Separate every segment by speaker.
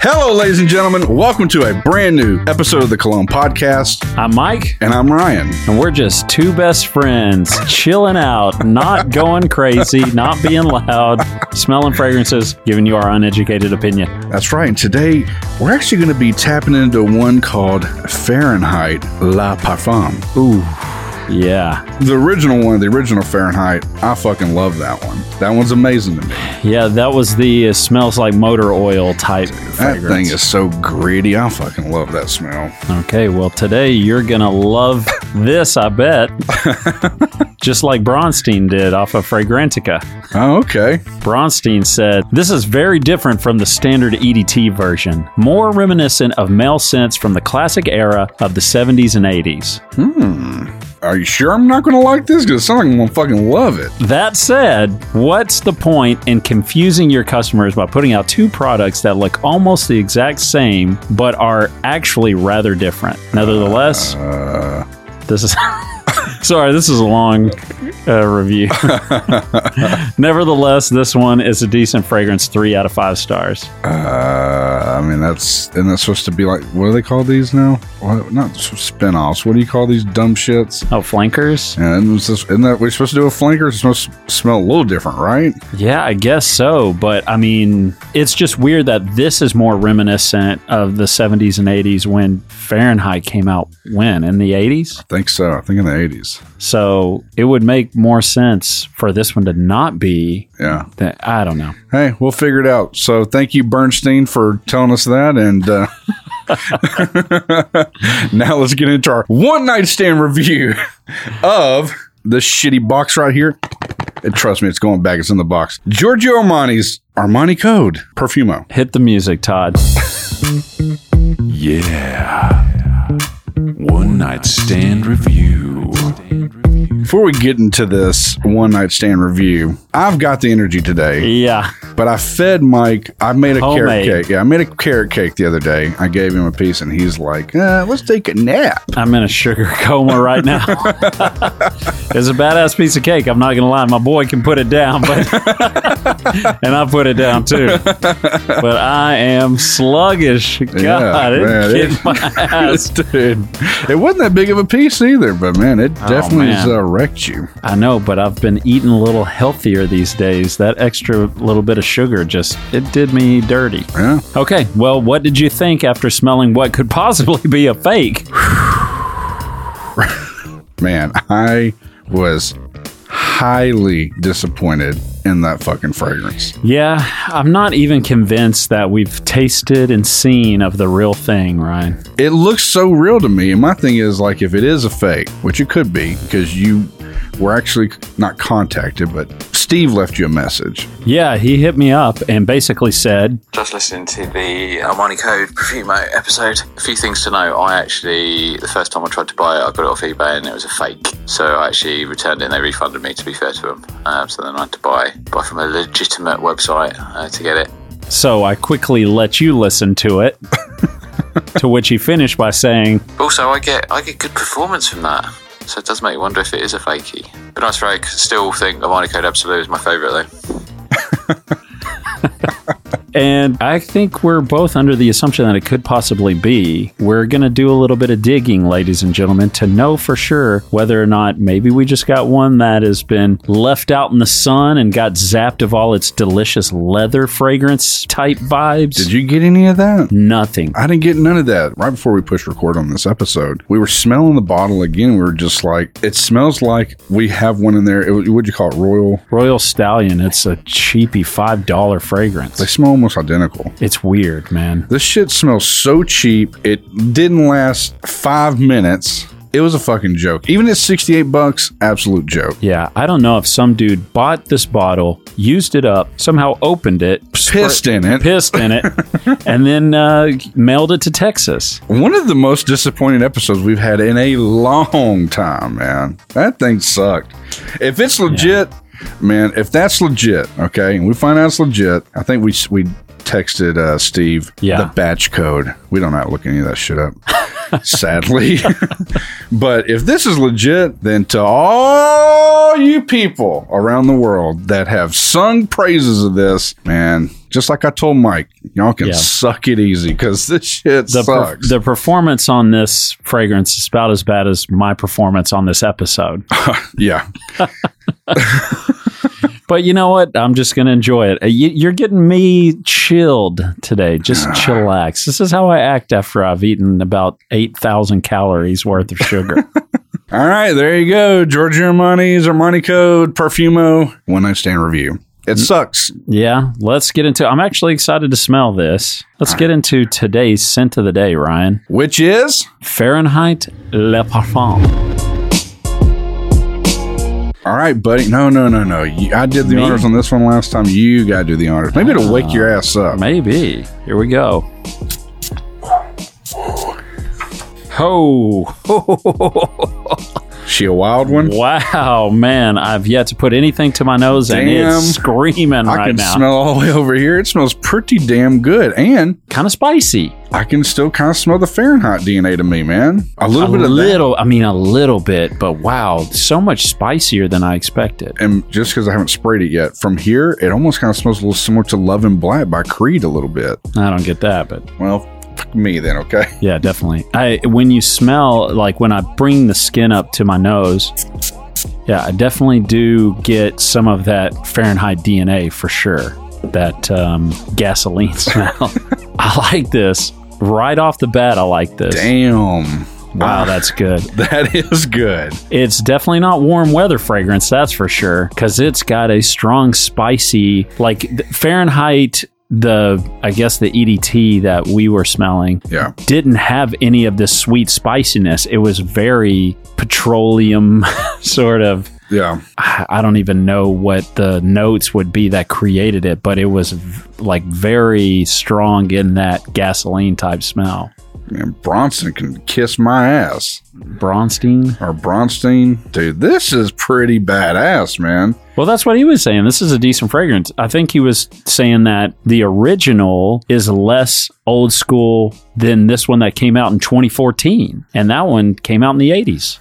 Speaker 1: Hello, ladies and gentlemen. Welcome to a brand new episode of the Cologne Podcast.
Speaker 2: I'm Mike,
Speaker 1: And I'm Ryan.
Speaker 2: and we're just two best friends chilling out, not going crazy, not being loud, smelling fragrances, giving you our uneducated opinion.
Speaker 1: That's right. And today, we're actually going to be tapping into one called Fahrenheit La Parfum.
Speaker 2: Ooh, yeah.
Speaker 1: The original one, the original Fahrenheit, I fucking love that one. That one's amazing to me.
Speaker 2: Yeah, that was the uh, smells like motor oil type
Speaker 1: That
Speaker 2: fragrance.
Speaker 1: thing is so gritty. I fucking love that smell.
Speaker 2: Okay, well, today you're going to love this, I bet. Just like Bronstein did off of Fragrantica.
Speaker 1: Oh, okay.
Speaker 2: Bronstein said, This is very different from the standard EDT version, more reminiscent of male scents from the classic era of the 70s and 80s.
Speaker 1: Are you sure I'm not going to like this? Because it sounds like I'm going to fucking love it.
Speaker 2: That said, what's the point in confusing your customers by putting out two products that look almost the exact same but are actually rather different? Nevertheless, this is. Sorry, this is a long uh, review. Nevertheless, this one is a decent fragrance, three out of five stars.
Speaker 1: Uh, I mean, that's and that's supposed to be like what do they call these now? What, not s- spin-offs. What do you call these dumb shits?
Speaker 2: Oh, flankers?
Speaker 1: And it's just- isn't that we're supposed to do a flanker? It's supposed to smell a little different, right?
Speaker 2: Yeah, I guess so. But I mean, it's just weird that this is more reminiscent of the 70s and 80s when Fahrenheit came out when? In the 80s?
Speaker 1: I think so. I think in the eighties.
Speaker 2: So it would make more sense for this one to not be
Speaker 1: Yeah.
Speaker 2: that. I don't know.
Speaker 1: Hey, we'll figure it out. So thank you, Bernstein, for telling us that. And uh, now let's get into our one night stand review of this shitty box right here. And trust me, it's going back. It's in the box. Giorgio Armani's Armani Code Perfumo.
Speaker 2: Hit the music, Todd.
Speaker 3: Yeah. One night stand review.
Speaker 1: Before we get into this one night stand review, I've got the energy today,
Speaker 2: Yeah.
Speaker 1: but I fed Mike. I made a
Speaker 2: Homemade.
Speaker 1: carrot cake. Yeah, I made a carrot cake the other day. I gave him a piece, and he's like, uh, "Let's take a nap."
Speaker 2: I'm in a sugar coma right now. it's a badass piece of cake. I'm not going to lie. My boy can put it down, but and I put it down too. But I am sluggish. God, it
Speaker 1: man,
Speaker 2: kicked
Speaker 1: it-
Speaker 2: my ass.
Speaker 1: Dude, it wasn't that big of a piece either, but man, it definitely
Speaker 2: Oh, man.
Speaker 1: has, uh, wrecked you.
Speaker 2: I know, but I've been eating a little healthier these days. That extra little bit of sugar just it did me dirty.
Speaker 1: Yeah.
Speaker 2: Okay, well, what did you think after smelling what could possibly be a fake?
Speaker 1: Man, I was highly disappointed in that fucking fragrance.
Speaker 2: Yeah, I'm not even convinced that we've tasted and seen of the real thing, Ryan.
Speaker 1: It looks so real to me. And my thing is, like, if it is a fake, which it could be, because you were actually not contacted, but Steve left you a message.
Speaker 2: Yeah, he hit me up and basically said,
Speaker 4: Just listening to the Armani Code Profumo episode. A few things to know. I actually, the first time I tried to buy it, I got it off eBay and it was a fake. So I actually returned it and they refunded me, to be fair to them. Um, so then I had to buy, buy from a legitimate website uh, to get it.
Speaker 2: so I quickly let you listen to it. to which he finished by saying,
Speaker 4: Also, I get I get good performance from that. So it does make you wonder if it is a fakey. But nice rake. Still think Armani Code Absolute is my favourite though.
Speaker 2: and I think we're both under the assumption that it could possibly be. We're going to do a little bit of digging, ladies and gentlemen, to know for sure whether or not maybe we just got one that has been left out in the sun and got zapped of all its delicious leather fragrance type vibes.
Speaker 1: Did you get any of that?
Speaker 2: Nothing.
Speaker 1: I didn't get none of that. Right before we pushed record on this episode, we were smelling the bottle again. We were just like, it smells like we have one in there. It, what'd you call it? Royal?
Speaker 2: Royal Stallion, it's a cheapy $5 fragrance.
Speaker 1: They smell almost identical.
Speaker 2: It's weird, man.
Speaker 1: This shit smells so cheap. It didn't last five minutes. It was a fucking joke. Even at 68 bucks, absolute joke.
Speaker 2: Yeah, I don't know if some dude bought this bottle, used it up, somehow opened it, spray-
Speaker 1: Pissed in it.
Speaker 2: pissed in it, and then uh, mailed it to Texas.
Speaker 1: One of the most disappointing episodes we've had in a long time, man. That thing sucked. If it's legit, man, if that's legit, okay, and we find out it's legit, I think we we texted uh, Steve
Speaker 2: Yeah.
Speaker 1: the batch code. We don't have to look any of that shit up. sadly. but if this is legit, then to all you people around the world that have sung praises of this, man, just like I told Mike, y'all can
Speaker 2: Yeah.
Speaker 1: suck it easy because this shit
Speaker 2: the, per-
Speaker 1: sucks.
Speaker 2: the performance on this fragrance is about as bad as my performance on this episode.
Speaker 1: yeah.
Speaker 2: But you know what? I'm just going to enjoy it. Uh, You, you're getting me chilled today. Just chillax. This is how I act after I've eaten about 8,000 calories worth of sugar.
Speaker 1: All right, there you go. George Armani's Armani Code Perfumo One Night Stand Review. It sucks.
Speaker 2: yeah, let's get into I'm actually excited to smell this. Let's get into today's scent of the day, Ryan.
Speaker 1: Which is
Speaker 2: Fahrenheit Le Parfum.
Speaker 1: all right, buddy. No, no, no, no. You- I did the
Speaker 2: Me?
Speaker 1: honors on this one last time. You gotta do the honors. Maybe it'll wake your ass
Speaker 2: Uh,
Speaker 1: up.
Speaker 2: Maybe. Here we go. Ho.
Speaker 1: She a wild one.
Speaker 2: Wow, man, I've yet to put anything to my nose and
Speaker 1: Damn.
Speaker 2: it's screaming
Speaker 1: I
Speaker 2: right
Speaker 1: can
Speaker 2: now.
Speaker 1: smell all the way over here. It smells pretty damn good, and
Speaker 2: kind of spicy.
Speaker 1: I can still kind of smell the Fahrenheit DNA to me, man. A
Speaker 2: A
Speaker 1: little bit of that.
Speaker 2: little, I mean, a little bit, but wow, so much spicier than I expected.
Speaker 1: and just because I haven't sprayed it yet, from here it almost kind of smells a little similar to Love and Black by Creed a little bit.
Speaker 2: I don't get that, but
Speaker 1: Well, fuck me then, okay?
Speaker 2: yeah, definitely. I when you smell like when I bring the skin up to my nose, yeah, I definitely do get some of that Fahrenheit DNA for sure. That um, gasoline smell. I like this right off the bat. I like this.
Speaker 1: Damn, Ah.
Speaker 2: Wow, that's good.
Speaker 1: that is good.
Speaker 2: It's definitely not warm weather fragrance, that's for sure, because it's got a strong, spicy, like th- Fahrenheit. The I guess the EDT that we were smelling
Speaker 1: Yeah,
Speaker 2: didn't have any of this sweet spiciness. It was very petroleum sort of.
Speaker 1: yeah.
Speaker 2: I I don't even know what the notes would be that created it, but it was v- like very strong in that gasoline type smell.
Speaker 1: Man, Bronson can kiss my ass.
Speaker 2: Bronstein.
Speaker 1: Or Bronstein, dude, this is pretty badass, man.
Speaker 2: Well, that's what he was saying. This is a decent fragrance. I think he was saying that the original is less old school than this one that came out in 2014. And that one came out in the 80s.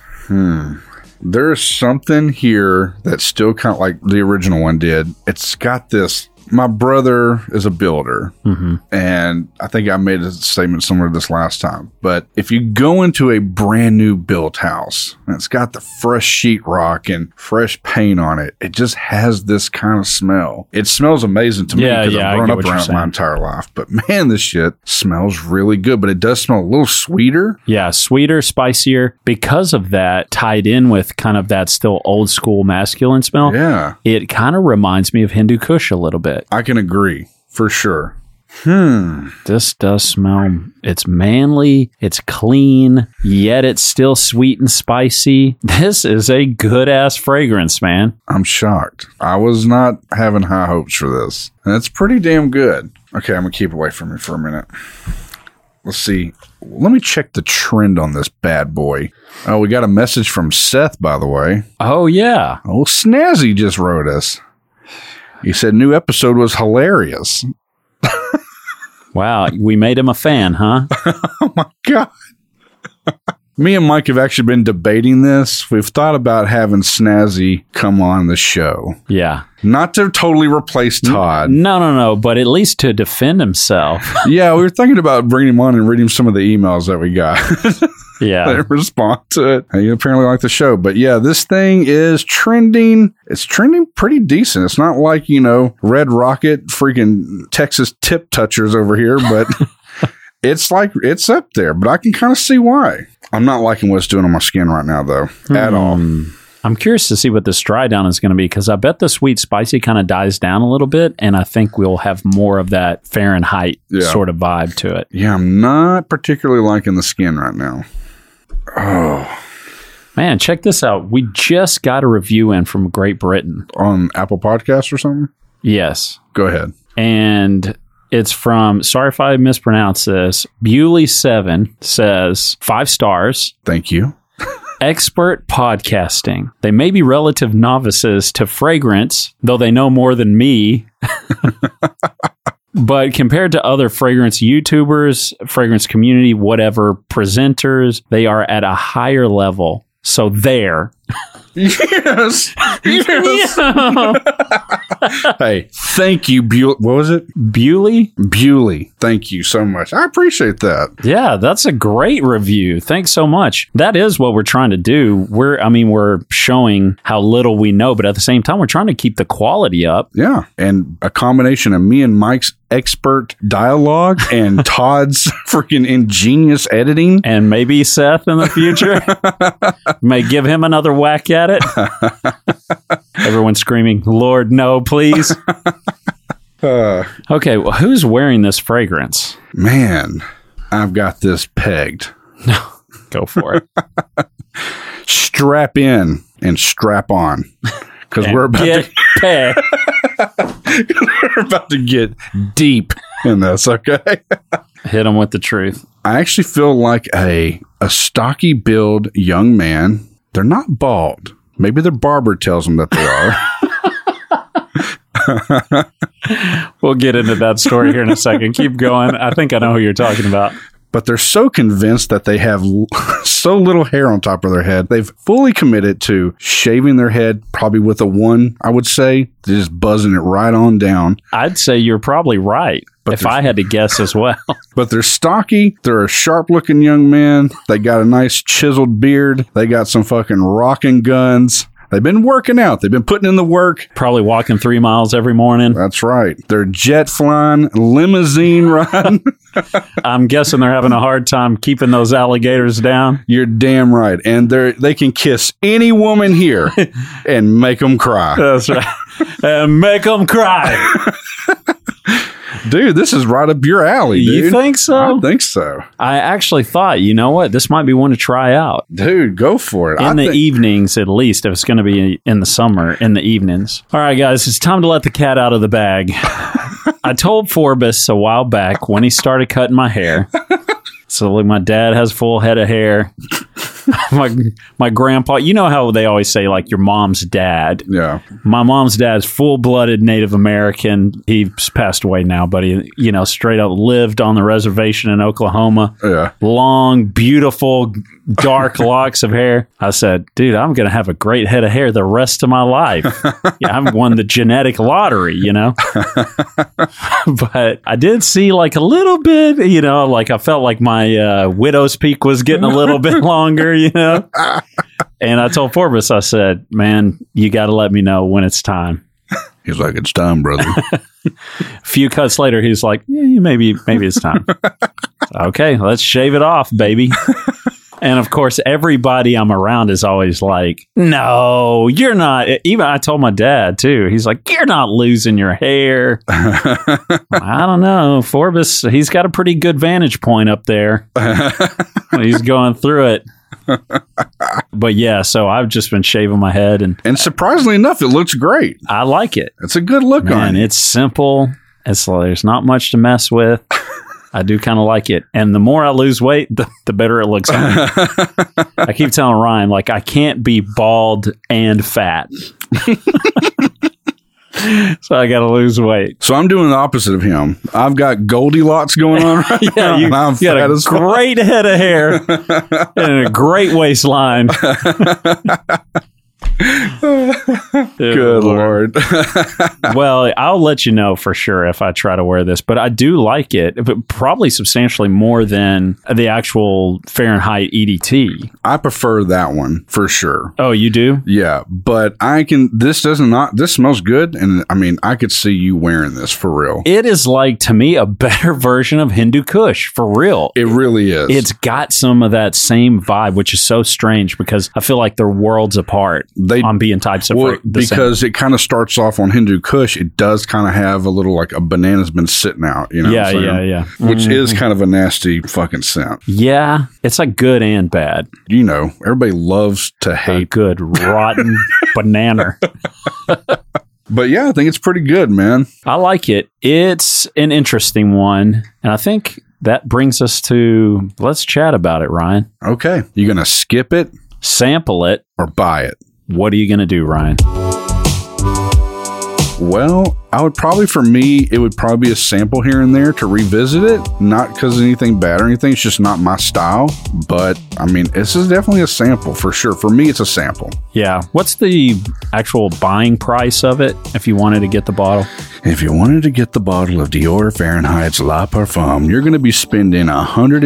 Speaker 1: there's something here that's still kind of like the original one did. It's got this. My brother is a builder,
Speaker 2: Mm-hmm.
Speaker 1: and I think I made a statement similar to this last time. But if you go into a brand new built house and it's got the fresh sheetrock and fresh paint on it, it just has this kind of smell. It smells amazing to
Speaker 2: Yeah,
Speaker 1: me
Speaker 2: yeah, I
Speaker 1: I've grown
Speaker 2: get
Speaker 1: up
Speaker 2: what you're
Speaker 1: around it my
Speaker 2: saying.
Speaker 1: entire life. But man, this shit smells really good. But it does smell a little sweeter.
Speaker 2: Yeah, sweeter, spicier. Because of that, tied in with kind of that still old school masculine smell,
Speaker 1: Yeah,
Speaker 2: it kind of reminds me of Hindu Kush a little bit.
Speaker 1: I can agree for sure.
Speaker 2: This does smell, it's manly, it's clean, yet it's still sweet and spicy. This is a good ass fragrance, man.
Speaker 1: I'm shocked. I was not having high hopes for this. And it's pretty damn good. Okay, I'm going to keep away from it for a minute. Let's see. Let me check the trend on this bad boy. Oh, we got a message from Seth, by the way.
Speaker 2: Oh yeah.
Speaker 1: Oh, Snazzy just wrote us. He said, new episode was hilarious.
Speaker 2: Wow, we made him a fan, huh?
Speaker 1: God. Me and Mike have actually been debating this. We've thought about having Snazzy come on the show.
Speaker 2: Yeah.
Speaker 1: Not to totally replace Todd.
Speaker 2: No, no, no, but at least to defend himself.
Speaker 1: yeah, we were thinking about bringing him on and reading some of the emails that we got
Speaker 2: Yeah.
Speaker 1: and respond to it. And you apparently like the show, but yeah, this thing is trending. It's trending pretty decent. It's not like you know Red Rocket, freaking Texas tip touchers over here, but it's like it's up there. But I can kind of see why. I'm not liking what it's doing on my skin right now, though,
Speaker 2: Hmm.
Speaker 1: at all.
Speaker 2: I'm curious to see what this dry down is going to be because I bet the sweet spicy kind of dies down a little bit, and I think we'll have more of that Fahrenheit
Speaker 1: Yeah.
Speaker 2: sort of vibe to it.
Speaker 1: Yeah, I'm not particularly liking the skin right now. Oh,
Speaker 2: Man, check this out. We just got a review in from Great Britain.
Speaker 1: On Apple Podcasts or something.
Speaker 2: Yes.
Speaker 1: Go ahead.
Speaker 2: and it's from sorry if I mispronounce this. Bewley Seven says five stars.
Speaker 1: Thank you.
Speaker 2: expert podcasting. They may be relative novices to fragrance, though they know more than me. But compared to other fragrance YouTubers, fragrance community, whatever presenters, they are at a higher level. So there.
Speaker 1: Yes. yes. Hey, thank you, Bewley. What was it?
Speaker 2: Bewley?
Speaker 1: Bewley. Thank you so much. I appreciate that.
Speaker 2: Yeah, that's a great review. Thanks so much. That is what we're trying to do. We're I mean, we're showing how little we know, but at the same time we're trying to keep the quality up.
Speaker 1: Yeah. And a combination of me and Mike's expert dialogue and Todd's freaking ingenious editing.
Speaker 2: And maybe Seth in the future may give him another whack at it. Everyone screaming, "Lord, no, please."
Speaker 1: Uh,
Speaker 2: Okay, well, who's wearing this fragrance?
Speaker 1: man, I've got this pegged.
Speaker 2: Go for it.
Speaker 1: Strap in and strap on. Because we're about to
Speaker 2: Get pegged.
Speaker 1: we're about to get deep in this, okay?
Speaker 2: Hit him with the truth.
Speaker 1: I actually feel like a a stocky build young man. They're not bald. Maybe their barber tells them that they are.
Speaker 2: We'll get into that story here in a second. Keep going. I think I know who you're talking about.
Speaker 1: but they're so convinced that they have l- so little hair on top of their head. They've fully committed to shaving their head, probably with a one, I would say. They're just buzzing it right on down.
Speaker 2: I'd say you're probably right.
Speaker 1: But
Speaker 2: if I had to guess as well,
Speaker 1: But they're stocky. They're a sharp looking young man. They got a nice chiseled beard. They got some fucking rocking guns. They've been working out. They've been putting in the work.
Speaker 2: probably walking three miles every morning.
Speaker 1: That's right. They're jet flying, limousine riding.
Speaker 2: I'm guessing they're having a hard time keeping those alligators down.
Speaker 1: You're damn right. And they are they can kiss any woman here and make them cry.
Speaker 2: That's right. and make them cry.
Speaker 1: Dude, this is right up your alley, dude.
Speaker 2: You think so?
Speaker 1: I think so.
Speaker 2: I actually thought, you know what? This might be one to try out.
Speaker 1: Dude, go for it.
Speaker 2: in
Speaker 1: I
Speaker 2: the e-
Speaker 1: think-
Speaker 2: evenings at least if it's going to be in the summer in the evenings all right guys it's time to let the cat out of the bag i told forbes a while back when he started cutting my hair so like my dad has full head of hair my my grandpa you know how they always say like your mom's dad
Speaker 1: yeah.
Speaker 2: my mom's dad's full-blooded Native American. He's passed away now, but he, you know, straight up lived on the reservation in Oklahoma.
Speaker 1: Yeah.
Speaker 2: Long, beautiful, dark locks of hair. I said, "Dude, I'm going to have a great head of hair the rest of my life. yeah, I've won the genetic lottery, you know." but I did see like a little bit, you know, like I felt like my uh, widow's peak was getting a little bit longer, you know. And I told Forbes, I said, man, you got to let me know when it's time.
Speaker 1: He's like, it's time, brother.
Speaker 2: A few cuts later, he's like, yeah, maybe, maybe it's time. okay, let's shave it off, baby. And of course, everybody I'm around is always like, no, you're not. E, Even I told my dad, too. He's like, you're not losing your hair. I don't know. Forbes, he's got a pretty good vantage point up there. he's going through it. But yeah, so I've just been shaving my head and
Speaker 1: and surprisingly enough, it looks great.
Speaker 2: I like it.
Speaker 1: It's a good look
Speaker 2: Man,
Speaker 1: on it.
Speaker 2: it's simple. It's there's not much to mess with. I do kind of like it, and the more I lose weight, the, the better it looks. on me. I keep telling Ryan like I can't be bald and fat, so I got to lose weight.
Speaker 1: So I'm doing the opposite of him. I've got Goldilocks going on right now,
Speaker 2: Yeah, you,
Speaker 1: and I'm
Speaker 2: you got
Speaker 1: fat
Speaker 2: a
Speaker 1: as fuck.
Speaker 2: great head of hair and a great waistline.
Speaker 1: Good lord.
Speaker 2: well, I'll let you know for sure if I try to wear this, but I do like it, but probably substantially more than the actual Fahrenheit EDT.
Speaker 1: I prefer that one for sure.
Speaker 2: Oh, you do?
Speaker 1: Yeah, but I can. This does not. This smells good, and I mean, I could see you wearing this for real.
Speaker 2: It is like to me a better version of Hindu Kush for real.
Speaker 1: It really is.
Speaker 2: It's got some of that same vibe, which is so strange because I feel like they're worlds apart
Speaker 1: They-
Speaker 2: on being types of
Speaker 1: well,
Speaker 2: fr- the same.
Speaker 1: because it kind of starts off on Hindu Kush. It does kind of have a little like a banana's been sitting out. You know.
Speaker 2: yeah,
Speaker 1: what I'm
Speaker 2: yeah, Mm-hmm.
Speaker 1: saying?
Speaker 2: yeah, Mm.
Speaker 1: Which is kind of a nasty fucking scent.
Speaker 2: yeah. It's like good and bad.
Speaker 1: You know, everybody loves to
Speaker 2: A
Speaker 1: hate.
Speaker 2: good rotten banana.
Speaker 1: But yeah, I think it's pretty good, man.
Speaker 2: I like it. It's an interesting one, and I think that brings us to let's chat about it, Ryan.
Speaker 1: Okay. You going to skip it
Speaker 2: Sample it.
Speaker 1: or buy it?
Speaker 2: What are you going to do, Ryan?
Speaker 1: Well, I would probably, for me, it would probably be a sample here and there to revisit it. Not because anything bad or anything. It's just not my style. But I mean, this is definitely a sample for sure. For me, it's a sample.
Speaker 2: Yeah. What's the actual buying price of it if you wanted to get the bottle?
Speaker 1: If you wanted to get the bottle of Dior Fahrenheit's La Parfum, you're going to be spending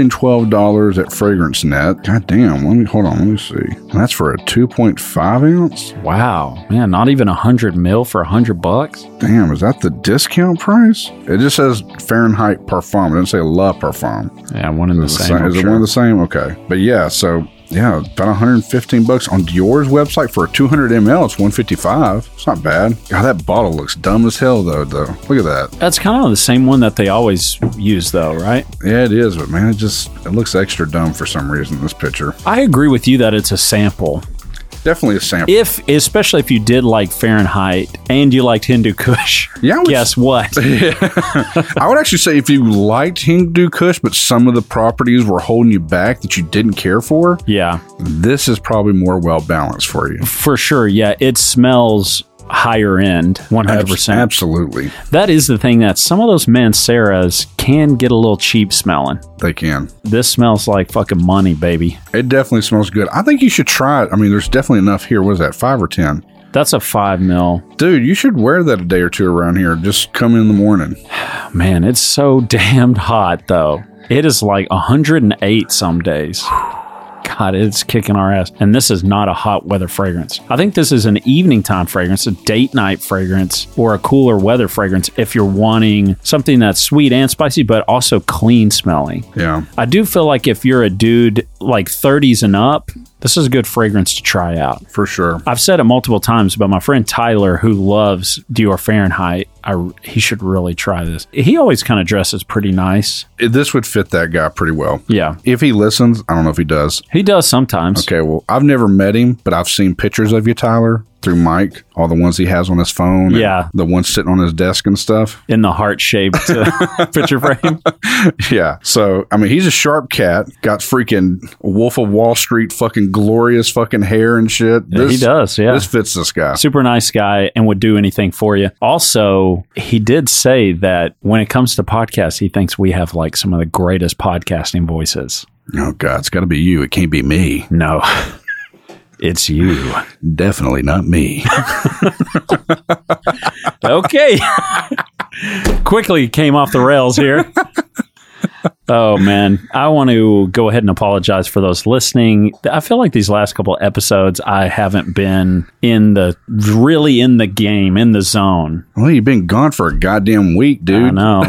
Speaker 1: $112 at FragranceNet. God damn. Let me, hold on. Let me see. And that's for a 2.5 ounce?
Speaker 2: Wow. Man, not even a 100 mil for a 100 bucks?
Speaker 1: Damn, is that the discount price? It just says Fahrenheit Parfum. It doesn't say La Parfum.
Speaker 2: Yeah, one in the
Speaker 1: Is it the
Speaker 2: same.
Speaker 1: same-
Speaker 2: I'm
Speaker 1: Is it
Speaker 2: sure.
Speaker 1: one of the same? Okay. But yeah, so yeah, about 115 bucks on Dior's website for a 200 ml. It's 155. It's not bad. God, that bottle looks dumb as hell though. Though, look at that.
Speaker 2: That's kind of the same one that they always use, though, right?
Speaker 1: Yeah, it is. But man, it just it looks extra dumb for some reason. This picture
Speaker 2: I agree with you that it's a sample.
Speaker 1: definitely a sample.
Speaker 2: If, especially if you did like Fahrenheit and you liked Hindu Kush.
Speaker 1: Yeah, I would-
Speaker 2: Guess what?
Speaker 1: I would actually say if you liked Hindu Kush, but some of the properties were holding you back that you didn't care for,
Speaker 2: yeah,
Speaker 1: this is probably more well balanced for you.
Speaker 2: for sure. Yeah, it smells higher end, one hundred
Speaker 1: Abs-
Speaker 2: percent.
Speaker 1: Absolutely,
Speaker 2: That is the thing that some of those Manceras can get a little cheap smelling.
Speaker 1: they can.
Speaker 2: This smells like fucking money, baby.
Speaker 1: It definitely smells good. I think you should try it. I mean, there's definitely enough here. What is that, five or 10?
Speaker 2: That's a five mil.
Speaker 1: Dude, you should wear that a day or two around here. Just come in the morning.
Speaker 2: Man, it's so damned hot though. It is like 108 some days. God, it's kicking our ass. And this is not a hot weather fragrance. I think this is an evening time fragrance, a date night fragrance, or a cooler weather fragrance if you're wanting something that's sweet and spicy, but also clean smelling.
Speaker 1: Yeah.
Speaker 2: I do feel like if you're a dude like 30s and up, this is a good fragrance to try out.
Speaker 1: For sure.
Speaker 2: I've said it multiple times, but my friend Tyler, who loves Dior Fahrenheit, I, he should really try this. He always kind of dresses pretty nice.
Speaker 1: It- This would fit that guy pretty well.
Speaker 2: Yeah,
Speaker 1: If he listens, I don't know if he does.
Speaker 2: he does sometimes.
Speaker 1: Okay, well, I've never met him, but I've seen pictures of you, Tyler, through Mike, all the ones he has on his phone. and
Speaker 2: Yeah.
Speaker 1: The ones sitting on his desk and stuff.
Speaker 2: In the heart shaped uh, picture frame.
Speaker 1: Yeah. So, I mean, he's a sharp cat, got freaking Wolf of Wall Street fucking glorious fucking hair and shit.
Speaker 2: he does, yeah.
Speaker 1: This fits this guy.
Speaker 2: Super nice guy and would do anything for you. Also, he did say that when it comes to podcasts, he thinks we have like some of the greatest podcasting voices.
Speaker 1: Oh, God, it's got to be you. It can't be me.
Speaker 2: No, it's you.
Speaker 1: Definitely not me.
Speaker 2: okay. Quickly came off the rails here. Oh man, I want to go ahead and apologize for those listening. I feel like these last couple episodes I haven't been in the really in the game, in the zone.
Speaker 1: well, you've been gone for a goddamn week,
Speaker 2: I
Speaker 1: dude.
Speaker 2: know.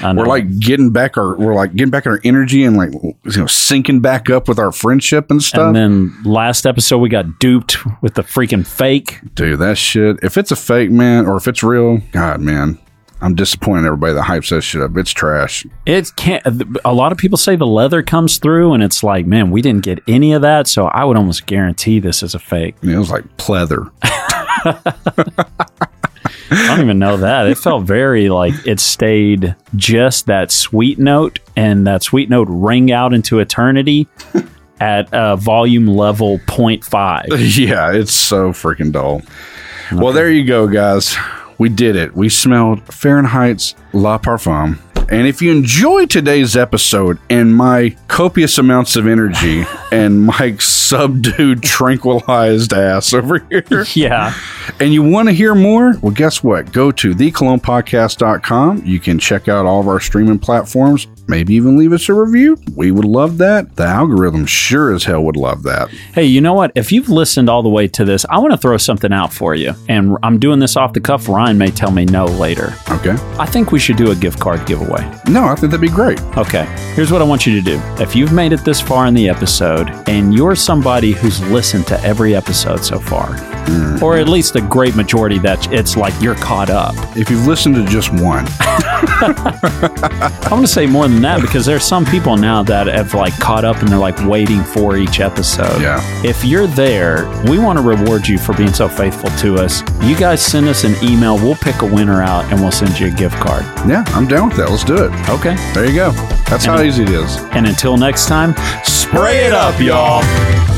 Speaker 2: I know.
Speaker 1: We're like getting back our we're like getting back our energy and like you know syncing back up with our friendship and stuff.
Speaker 2: and then last episode we got duped with the freaking fake.
Speaker 1: Dude, that shit. If it's a fake man or if it's real, God man, I'm disappointed in everybody that hypes that shit up. It's trash.
Speaker 2: It can't. A lot of people say the leather comes through, and it's like, man, we didn't get any of that. So I would almost guarantee this is a fake.
Speaker 1: I mean, it was like pleather.
Speaker 2: I don't even know that. It felt very like it stayed just that sweet note, and that sweet note rang out into eternity at uh, volume level 0.5.
Speaker 1: yeah, it's so freaking dull. Well, there you go, guys. We did it. We smelled Fahrenheit's La Parfum. And if you enjoyed today's episode and my copious amounts of energy and Mike's subdued, tranquilized ass over here,
Speaker 2: Yeah.
Speaker 1: and you want to hear more, well, guess what? Go to theclonepodcast.com. You can check out all of our streaming platforms, maybe even leave us a review. We would love that. The algorithm sure as hell would love that.
Speaker 2: Hey, you know what? If you've listened all the way to this, I want to throw something out for you. And I'm doing this off the cuff. Ryan may tell me no later.
Speaker 1: Okay.
Speaker 2: I think we should do a gift card giveaway.
Speaker 1: No, I think that'd be great.
Speaker 2: Okay, here's what I want you to do. If you've made it this far in the episode and you're somebody who's listened to every episode so far, or at least a great majority that it's like you're caught up,
Speaker 1: If you've listened to just one,
Speaker 2: I'm going to say more than that because there's some people now that have like caught up and they're like waiting for each episode.
Speaker 1: Yeah.
Speaker 2: If you're there, we want to reward you for being so faithful to us. You guys send us an email, we'll pick a winner out and we'll send you a gift card.
Speaker 1: yeah, I'm down with that. Let's do it.
Speaker 2: Okay.
Speaker 1: There you go. That's how easy it is.
Speaker 2: And until next time,
Speaker 1: Spray it up, y'all.